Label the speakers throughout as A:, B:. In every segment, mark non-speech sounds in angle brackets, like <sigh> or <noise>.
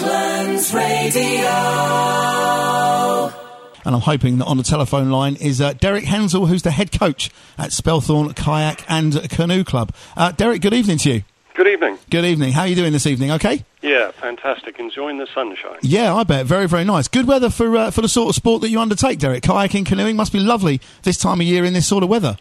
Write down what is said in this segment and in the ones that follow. A: Children's Radio.
B: And I'm hoping that on the telephone line is uh, Derek Hensel, who's the head coach at Spelthorne Kayak and Canoe Club. Uh, Derek, good evening to you.
C: Good evening.
B: Good evening. How are you doing this evening? Okay.
C: Yeah, fantastic. Enjoying the sunshine.
B: Yeah, I bet very very nice. Good weather for uh, for the sort of sport that you undertake, Derek. Kayaking, canoeing must be lovely this time of year in this sort of weather.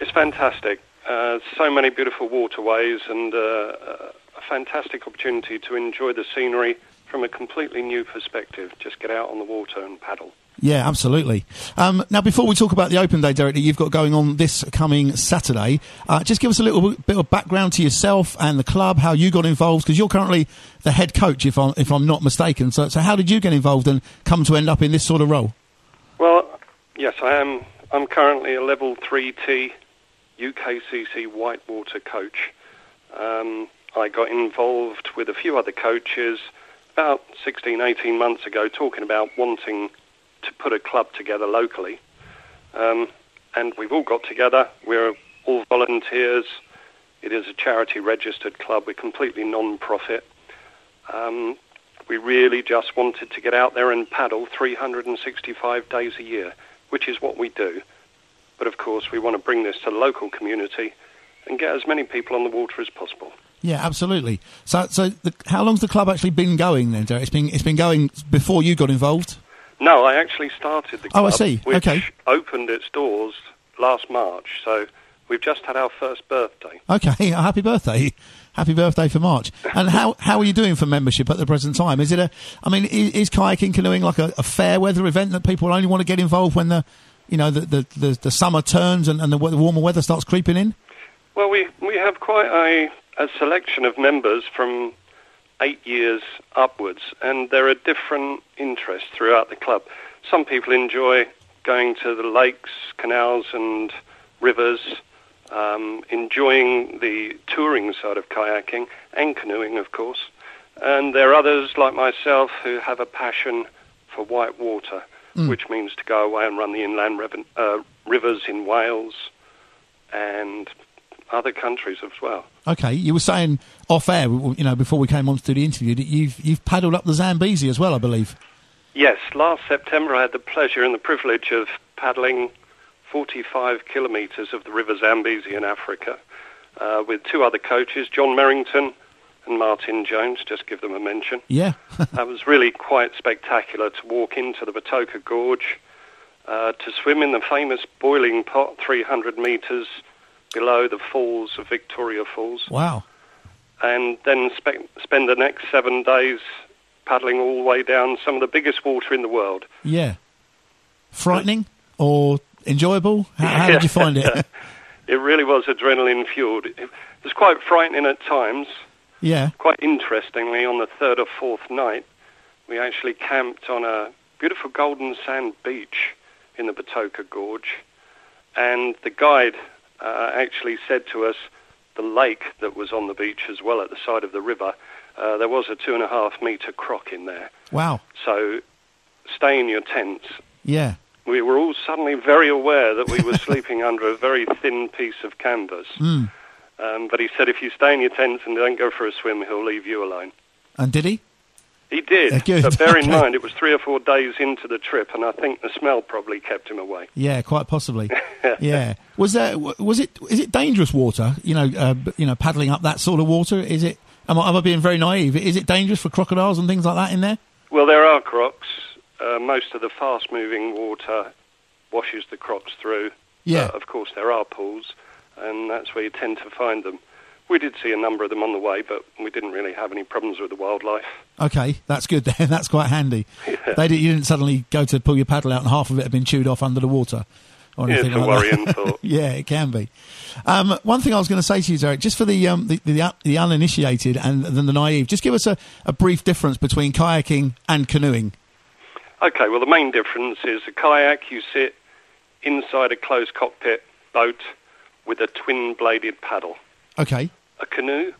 C: It's fantastic. Uh, so many beautiful waterways and uh, a fantastic opportunity to enjoy the scenery from a completely new perspective. Just get out on the water and paddle.
B: Yeah, absolutely. Um, now, before we talk about the open day, Derek, that you've got going on this coming Saturday, uh, just give us a little bit of background to yourself and the club, how you got involved, because you're currently the head coach, if I'm, if I'm not mistaken. So, so, how did you get involved and come to end up in this sort of role?
C: Well, yes, I am. I'm currently a level 3T UKCC whitewater coach. Um, I got involved with a few other coaches about 16, 18 months ago, talking about wanting to put a club together locally. Um, and we've all got together. We're all volunteers. It is a charity registered club. We're completely non-profit. Um, we really just wanted to get out there and paddle 365 days a year, which is what we do. But of course, we want to bring this to the local community and get as many people on the water as possible.
B: Yeah, absolutely. So, so the, how long's the club actually been going then, Derek? It's been it's been going before you got involved.
C: No, I actually started the club,
B: Oh, I see.
C: which
B: Okay.
C: opened its doors last March. So we've just had our first birthday.
B: Okay, <laughs> happy birthday. Happy birthday for March. And how, how are you doing for membership at the present time? Is it a, I mean, is, is kayaking canoeing like a, a fair weather event that people only want to get involved when the, you know, the, the, the, the summer turns and, and the, the warmer weather starts creeping in?
C: Well, we, we have quite a, a selection of members from eight years upwards, and there are different interests throughout the club. Some people enjoy going to the lakes, canals, and rivers, um, enjoying the touring side of kayaking and canoeing, of course. And there are others, like myself, who have a passion for white water, which means to go away and run the inland reven- uh, rivers in Wales and other countries as well.
B: Okay, you were saying off air, you know, before we came on to do the interview that you've, you've paddled up the Zambezi as well, I believe.
C: Yes, last September I had the pleasure and the privilege of paddling 45 kilometres of the River Zambezi in Africa uh, with two other coaches, John Merrington and Martin Jones, just give them a mention.
B: Yeah. <laughs>
C: that was really quite spectacular to walk into the Batoka Gorge, uh, to swim in the famous boiling pot 300 metres below the falls of Victoria Falls.
B: wow.
C: and then spe- spend the next seven days paddling all the way down some of the biggest water in the world.
B: Yeah. Frightening or enjoyable? How, how did you find it?
C: It really was adrenaline fueled. It was quite frightening at times.
B: yeah.
C: Quite interestingly, on the third or fourth night, we actually camped on a beautiful golden sand beach in the Batoka Gorge. And the guide uh, actually said to us the lake that was on the beach as well at the side of the river, uh, there was a two and a half metre croc in there.
B: Wow.
C: So stay in your tents.
B: Yeah.
C: We were all suddenly very aware that we were sleeping under a very thin piece of canvas. Um, but he said, if you stay in your tents and don't go for a swim, he'll leave you alone.
B: And did he?
C: He did.
B: Yeah, good.
C: But bear in
B: Okay.
C: mind, it was three or four days into the trip, and I think the smell probably kept him away.
B: Yeah, quite
C: <laughs>
B: possibly. yeah, was there? w- Was it? Is it dangerous water? You know, uh, b- you know, paddling up that sort of water. Is it? Am I, am I being very naive? Is it dangerous for crocodiles and things like that in there?
C: Well, there are crocs. Uh, most of the fast moving water washes the crocs through.
B: Yeah.
C: But of course, there are pools, and that's where you tend to find them. We did see a number of them on the way, but we didn't really have any problems with the wildlife.
B: Okay, that's good. Then <laughs> that's quite handy. They did, you didn't suddenly go to pull your paddle out and half of it had been chewed off under the water. Or
C: Yeah,
B: anything
C: it's a
B: like that. <laughs>
C: worrying thought.
B: yeah, it can be. Um, one thing I was going to say to you, Derek, just for the um, the, the, the uninitiated and then the naive, just give us a, a brief difference between kayaking and canoeing.
C: Okay, well, the main difference is a kayak, you sit inside a closed cockpit boat with a twin bladed paddle.
B: Okay,
C: A canoe,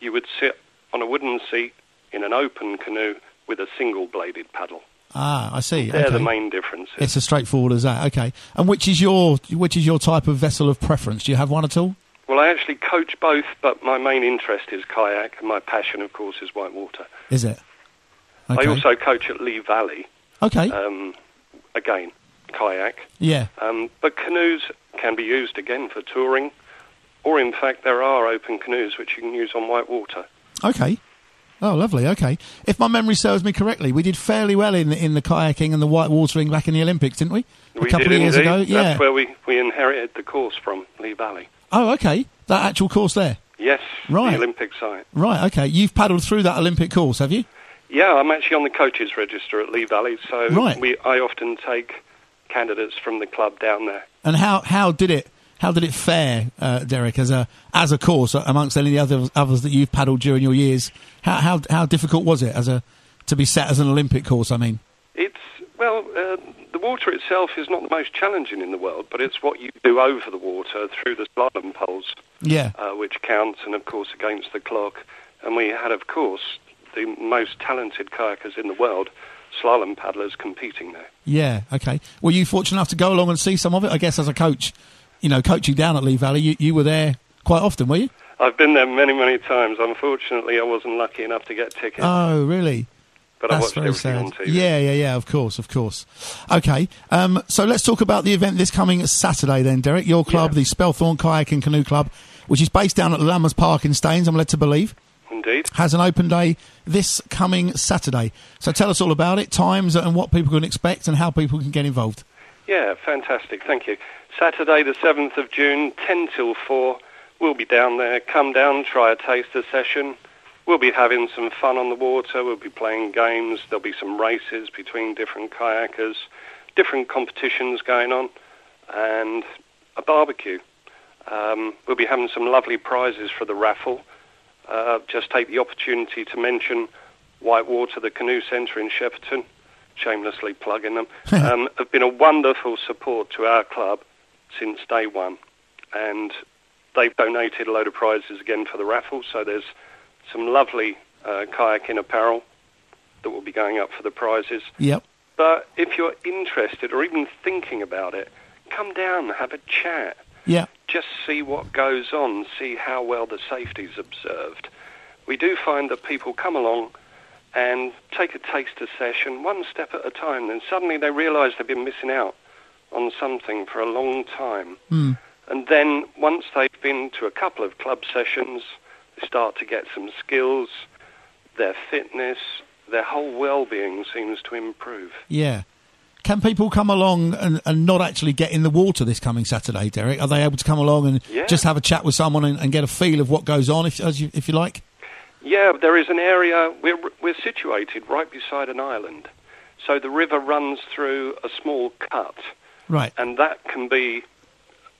C: you would sit on a wooden seat in an open canoe with a single bladed paddle.
B: ah, I see.
C: They're
B: okay.
C: the main differences.
B: It's as straightforward as that. Okay. And which is your which is your type of vessel of preference? Do you have one at all?
C: Well, I actually coach both, but my main interest is kayak, and my passion, of course, is white water.
B: Is it? Okay.
C: I also coach at Lee Valley,
B: Okay.
C: um, again, kayak.
B: yeah.
C: Um, but canoes can be used again for touring, or in fact, there are open canoes which you can use on white water.
B: Okay. Oh, lovely. Okay. If my memory serves me correctly, we did fairly well in in the kayaking and the white watering back in the Olympics, didn't we?
C: we
B: a couple
C: did
B: of years
C: indeed.
B: ago. Yeah.
C: That's where we, we inherited the course from Lee Valley.
B: Oh, okay. That actual course there.
C: Yes,
B: Right.
C: the Olympic site.
B: Right. Okay. You've paddled through that Olympic course, have you?
C: Yeah, I'm actually on the coaches register at Lee Valley, so
B: Right.
C: we, I often take candidates from the club down there.
B: And how how did it how did it fare, uh, Derek, as a as a course uh, amongst any other others that you've paddled during your years? How how how difficult was it as a to be set as an Olympic course? I mean.
C: It's well, uh, the water itself is not the most challenging in the world, but it's what you do over the water through the slalom poles,
B: Yeah.
C: uh, which counts, and of course against the clock. And we had, of course, the most talented kayakers in the world, slalom paddlers, competing there.
B: Yeah. Okay. Were you fortunate enough to go along and see some of it? I guess as a coach, you know, coaching down at Lee Valley, you, you were there quite often, were you?
C: I've been there many, many times. Unfortunately, I wasn't lucky enough to get tickets,
B: Oh, really?
C: but I
B: That's
C: watched
B: very
C: everything
B: sad.
C: on TV.
B: Yeah, yeah, yeah. Of course, of course. Okay, um, so let's talk about the event this coming Saturday, then, Derek. Your club,
C: Yeah.
B: the Spelthorne Kayak and Canoe Club, which is based down at Lammers Park in Staines, I'm led to believe,
C: Indeed.
B: has an open day this coming Saturday. So tell us all about it, times, and what people can expect, and how people can get involved.
C: Yeah, fantastic. Thank you. Saturday, the 7th of June, 10 till 4. We'll be down there. Come down, try a taster session. We'll be having some fun on the water. We'll be playing games. There'll be some races between different kayakers, different competitions going on, and a barbecue. Um, we'll be having some lovely prizes for the raffle. Uh, just take the opportunity to mention Whitewater, the Canoe Centre in Shepperton, shamelessly plugging them, um, have been a wonderful support to our club since day one. And they've donated a load of prizes again for the raffle, so there's some lovely uh, kayaking apparel that will be going up for the prizes.
B: Yep.
C: But if you're interested or even thinking about it, come down, have a chat
B: Yeah.
C: just see what goes on, see how well the safety's observed. We do find that people come along and take a taster session one step at a time, then suddenly they realise they've been missing out on something for a long time.
B: Hmm.
C: And then once they've been to a couple of club sessions, they start to get some skills, their fitness, their whole well-being seems to improve.
B: Yeah. Can people come along and, and not actually get in the water this coming Saturday, Derek? Are they able to come along and
C: Yeah.
B: just have a chat with someone and, and get a feel of what goes on, if, as you, if you like?
C: Yeah, there is an area. We're, we're situated right beside an island. So the river runs through a small cut,
B: Right.
C: and that can be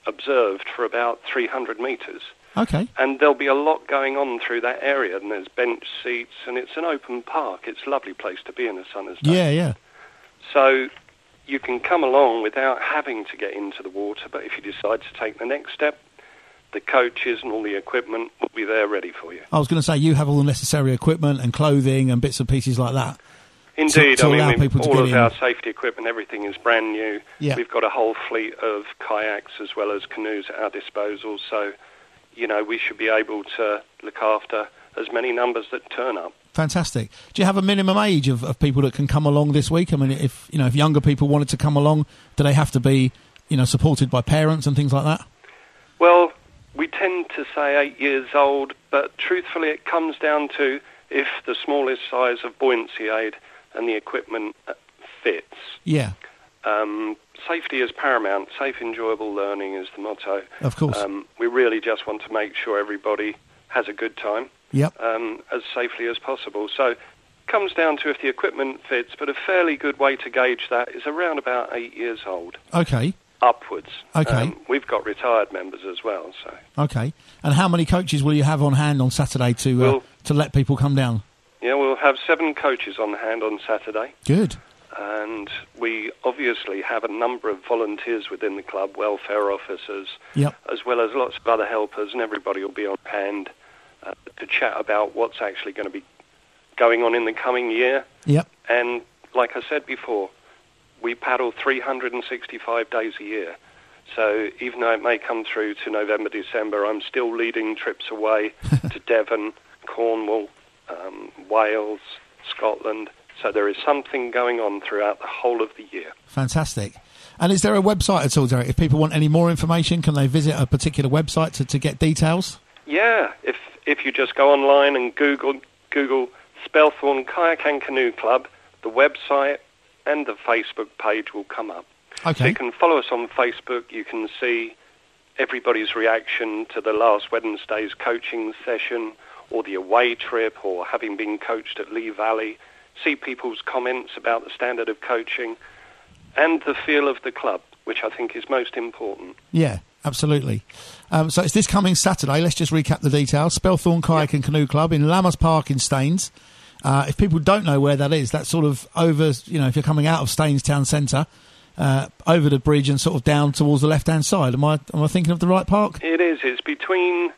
C: observed for about 300 metres.
B: Okay.
C: And there'll be a lot going on through that area, and there's bench seats, and it's an open park. It's a lovely place to be in a summer's day.
B: Yeah, yeah.
C: So you can come along without having to get into the water, but if you decide to take the next step, the coaches and all the equipment will be there ready for you.
B: I was going to say you have all the necessary equipment and clothing and bits and pieces like that.
C: Indeed,
B: to
C: I mean,
B: allow
C: we've-
B: people to
C: all
B: get
C: of
B: in.
C: our safety equipment, everything is brand new.
B: Yeah.
C: We've got a whole fleet of kayaks as well as canoes at our disposal, so you know we should be able to look after as many numbers that turn up.
B: Fantastic. Do you have a minimum age of, of people that can come along this week? I mean, if you know, if younger people wanted to come along, do they have to be, you know, supported by parents and things like that?
C: Well, we tend to say eight years old, but truthfully, it comes down to if the smallest size of buoyancy aid and the equipment uh, fits.
B: Yeah,
C: Um, safety is paramount. Safe, enjoyable learning is the motto.
B: Of course.
C: Um, we really just want to make sure everybody has a good time
B: yep,
C: um, as safely as possible. So comes down to if the equipment fits, but a fairly good way to gauge that is around about eight years old
B: okay,
C: upwards.
B: Okay.
C: Um, we've got retired members as well, so
B: okay. And how many coaches will you have on hand on Saturday to uh,
C: Well-
B: to let people come down?
C: yeah, we'll have seven coaches on hand on Saturday,
B: Good.
C: and we obviously have a number of volunteers within the club, welfare officers,
B: Yep.
C: as well as lots of other helpers, and everybody will be on hand uh, to chat about what's actually going to be going on in the coming year.
B: Yep.
C: And like I said before, we paddle 365 days a year. So even though it may come through to November, December, I'm still leading trips away to Devon, Cornwall, um, Wales, Scotland, So there is something going on throughout the whole of the year.
B: Fantastic. And is there a website at all, Derek? If people want any more information, can they visit a particular website to, to get details?
C: Yeah, if if you just go online and Google Google Spelthorne Kayak and Canoe Club, the website and the Facebook page will come up. So
B: Okay.
C: you can follow us on Facebook. You can see everybody's reaction to the last Wednesday's coaching session or the away trip or having been coached at Lee Valley. See people's comments about the standard of coaching and the feel of the club, which I think is most important.
B: Yeah, absolutely. Um, so it's this coming Saturday. Let's just recap the details. Spelthorne Kayak and Canoe Club in Lammers Park in Staines. Uh, if people don't know where that is, that's sort of over, you know, if you're coming out of Staines Town Centre, uh, over the bridge and sort of down towards the left hand side. Am I, am I thinking of the right park?
C: It is. It's between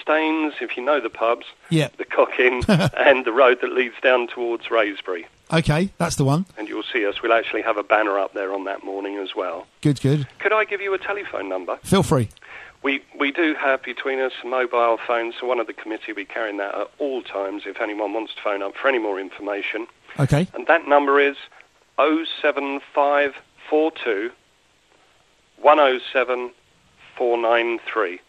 C: Staines, if you know the pubs,
B: Yeah.
C: the Cock Inn, and the road that leads down towards Raysbury.
B: Okay, that's the one.
C: And you'll see us. We'll actually have a banner up there on that morning as well.
B: Good, good.
C: Could I give you a telephone number?
B: Feel free.
C: We we do have between us a mobile phone, so one of the committee will be carrying that at all times if anyone wants to phone up for any more information.
B: Okay.
C: And that number is 07542 107 493.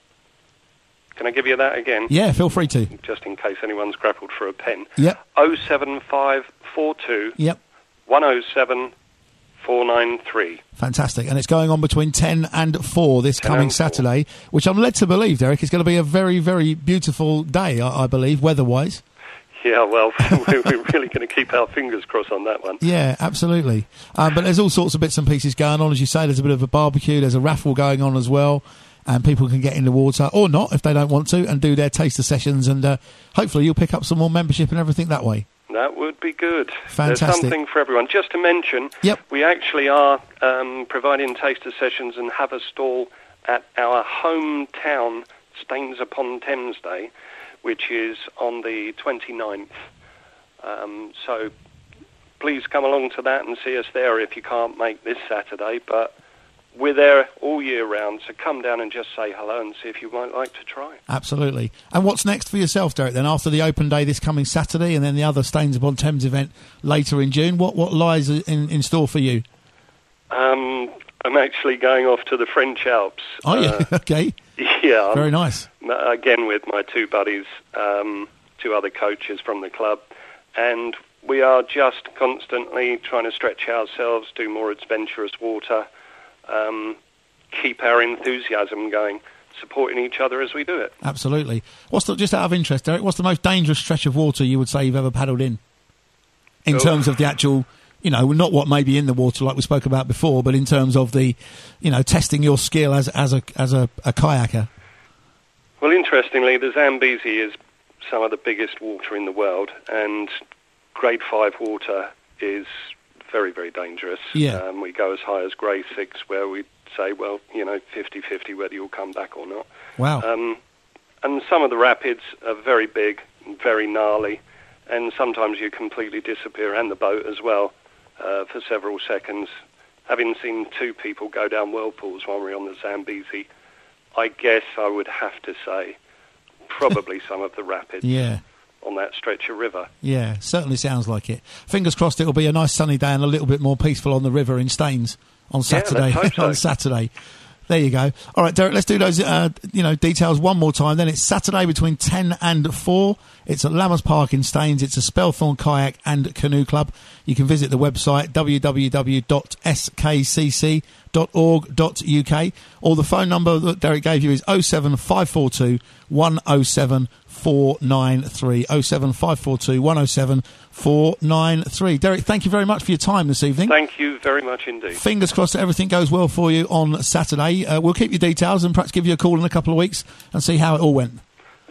C: Can I give you that again?
B: Yeah, feel free to.
C: Just in case anyone's grappled for a pen.
B: Yep.
C: 07542
B: Yep.
C: 107 493.
B: Fantastic. And it's going on between 10 and 4 this
C: 10
B: coming
C: and 4.
B: Saturday, which I'm led to believe, Derek, is going to be a very, very beautiful day, I, I believe, weather wise.
C: Yeah, well, <laughs> we're we're really going to keep our fingers crossed on that one.
B: Yeah, absolutely. Um, but there's all sorts of bits and pieces going on. As you say, there's a bit of a barbecue, there's a raffle going on as well. And people can get in the water or not if they don't want to and do their taster sessions. And uh, hopefully, you'll pick up some more membership and everything that way.
C: That would be good.
B: Fantastic.
C: There's something for everyone. Just to mention,
B: Yep.
C: we actually are um, providing taster sessions and have a stall at our hometown Staines upon Thames Day, which is on the 29th. Um, so please come along to that and see us there if you can't make this Saturday. But we're there all year round, so come down and just say hello and see if you might like to try.
B: Absolutely. And what's next for yourself, Derek, then after the open day this coming Saturday and then the other Staines upon Thames event later in June? What, what lies in, in store for you?
C: Um, I'm actually going off to the French Alps.
B: Oh, yeah.
C: Uh,
B: <laughs>
C: <laughs> um,
B: okay.
C: Yeah, I'm-
B: Very nice.
C: again with my two buddies, um, two other coaches from the club, and we are just constantly trying to stretch ourselves, do more adventurous water, um, keep our enthusiasm going, supporting each other as we do it.
B: Absolutely. What's the, just out of interest, Derek? What's the most dangerous stretch of water you would say you've ever paddled in? In
C: Oh.
B: terms of the actual, you know, not what may be in the water like we spoke about before, but in terms of the, you know, testing your skill as as a as a, a kayaker.
C: Well, interestingly, the Zambezi is some of the biggest water in the world, and grade five water is very, very dangerous.
B: Yeah.
C: Um, we go as high as grade six, where we say, well, you know, 50 50 whether you'll come back or not.
B: Wow.
C: Um, and some of the rapids are very big, very gnarly, and sometimes you completely disappear and the boat as well uh, for several seconds. Having seen two people go down whirlpools while we were on the Zambezi, I guess I would have to say probably
B: <laughs>
C: some of the rapids
B: yeah.
C: on that stretch of river.
B: Yeah, certainly sounds like it. Fingers crossed it'll be a nice sunny day and a little bit more peaceful on the river in Staines on
C: let's
B: Saturday.
C: hope
B: <laughs>
C: so.
B: on Saturday. There you go. All right, Derek, let's do those uh, you know details one more time. Then it's Saturday between 10 and 4. It's at Lammers Park in Staines. It's a Spelthorne Kayak and Canoe Club. You can visit the website www.skcc.org.uk or the phone number that Derek gave you is 07542 107 493 07542 107 493. Derek, thank you very much for your time this evening.
C: Thank you very much indeed.
B: Fingers crossed that everything goes well for you on Saturday. Uh, we'll keep your details and perhaps give you a call in a couple of weeks and see how it all went.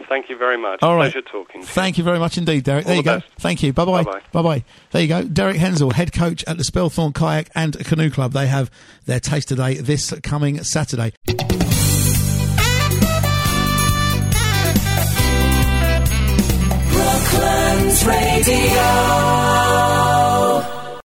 C: Thank you very much.
B: All right.
C: Pleasure talking to you.
B: Thank you very much indeed, Derek. there
C: All
B: you
C: the
B: go.
C: best.
B: Thank you. Bye bye.
C: Bye-bye.
B: Bye bye. There you go. Derek Hensel, head coach at the Spelthorne Kayak and Canoe Club. They have their taste today this coming Saturday.
A: Brooklyn's Radio.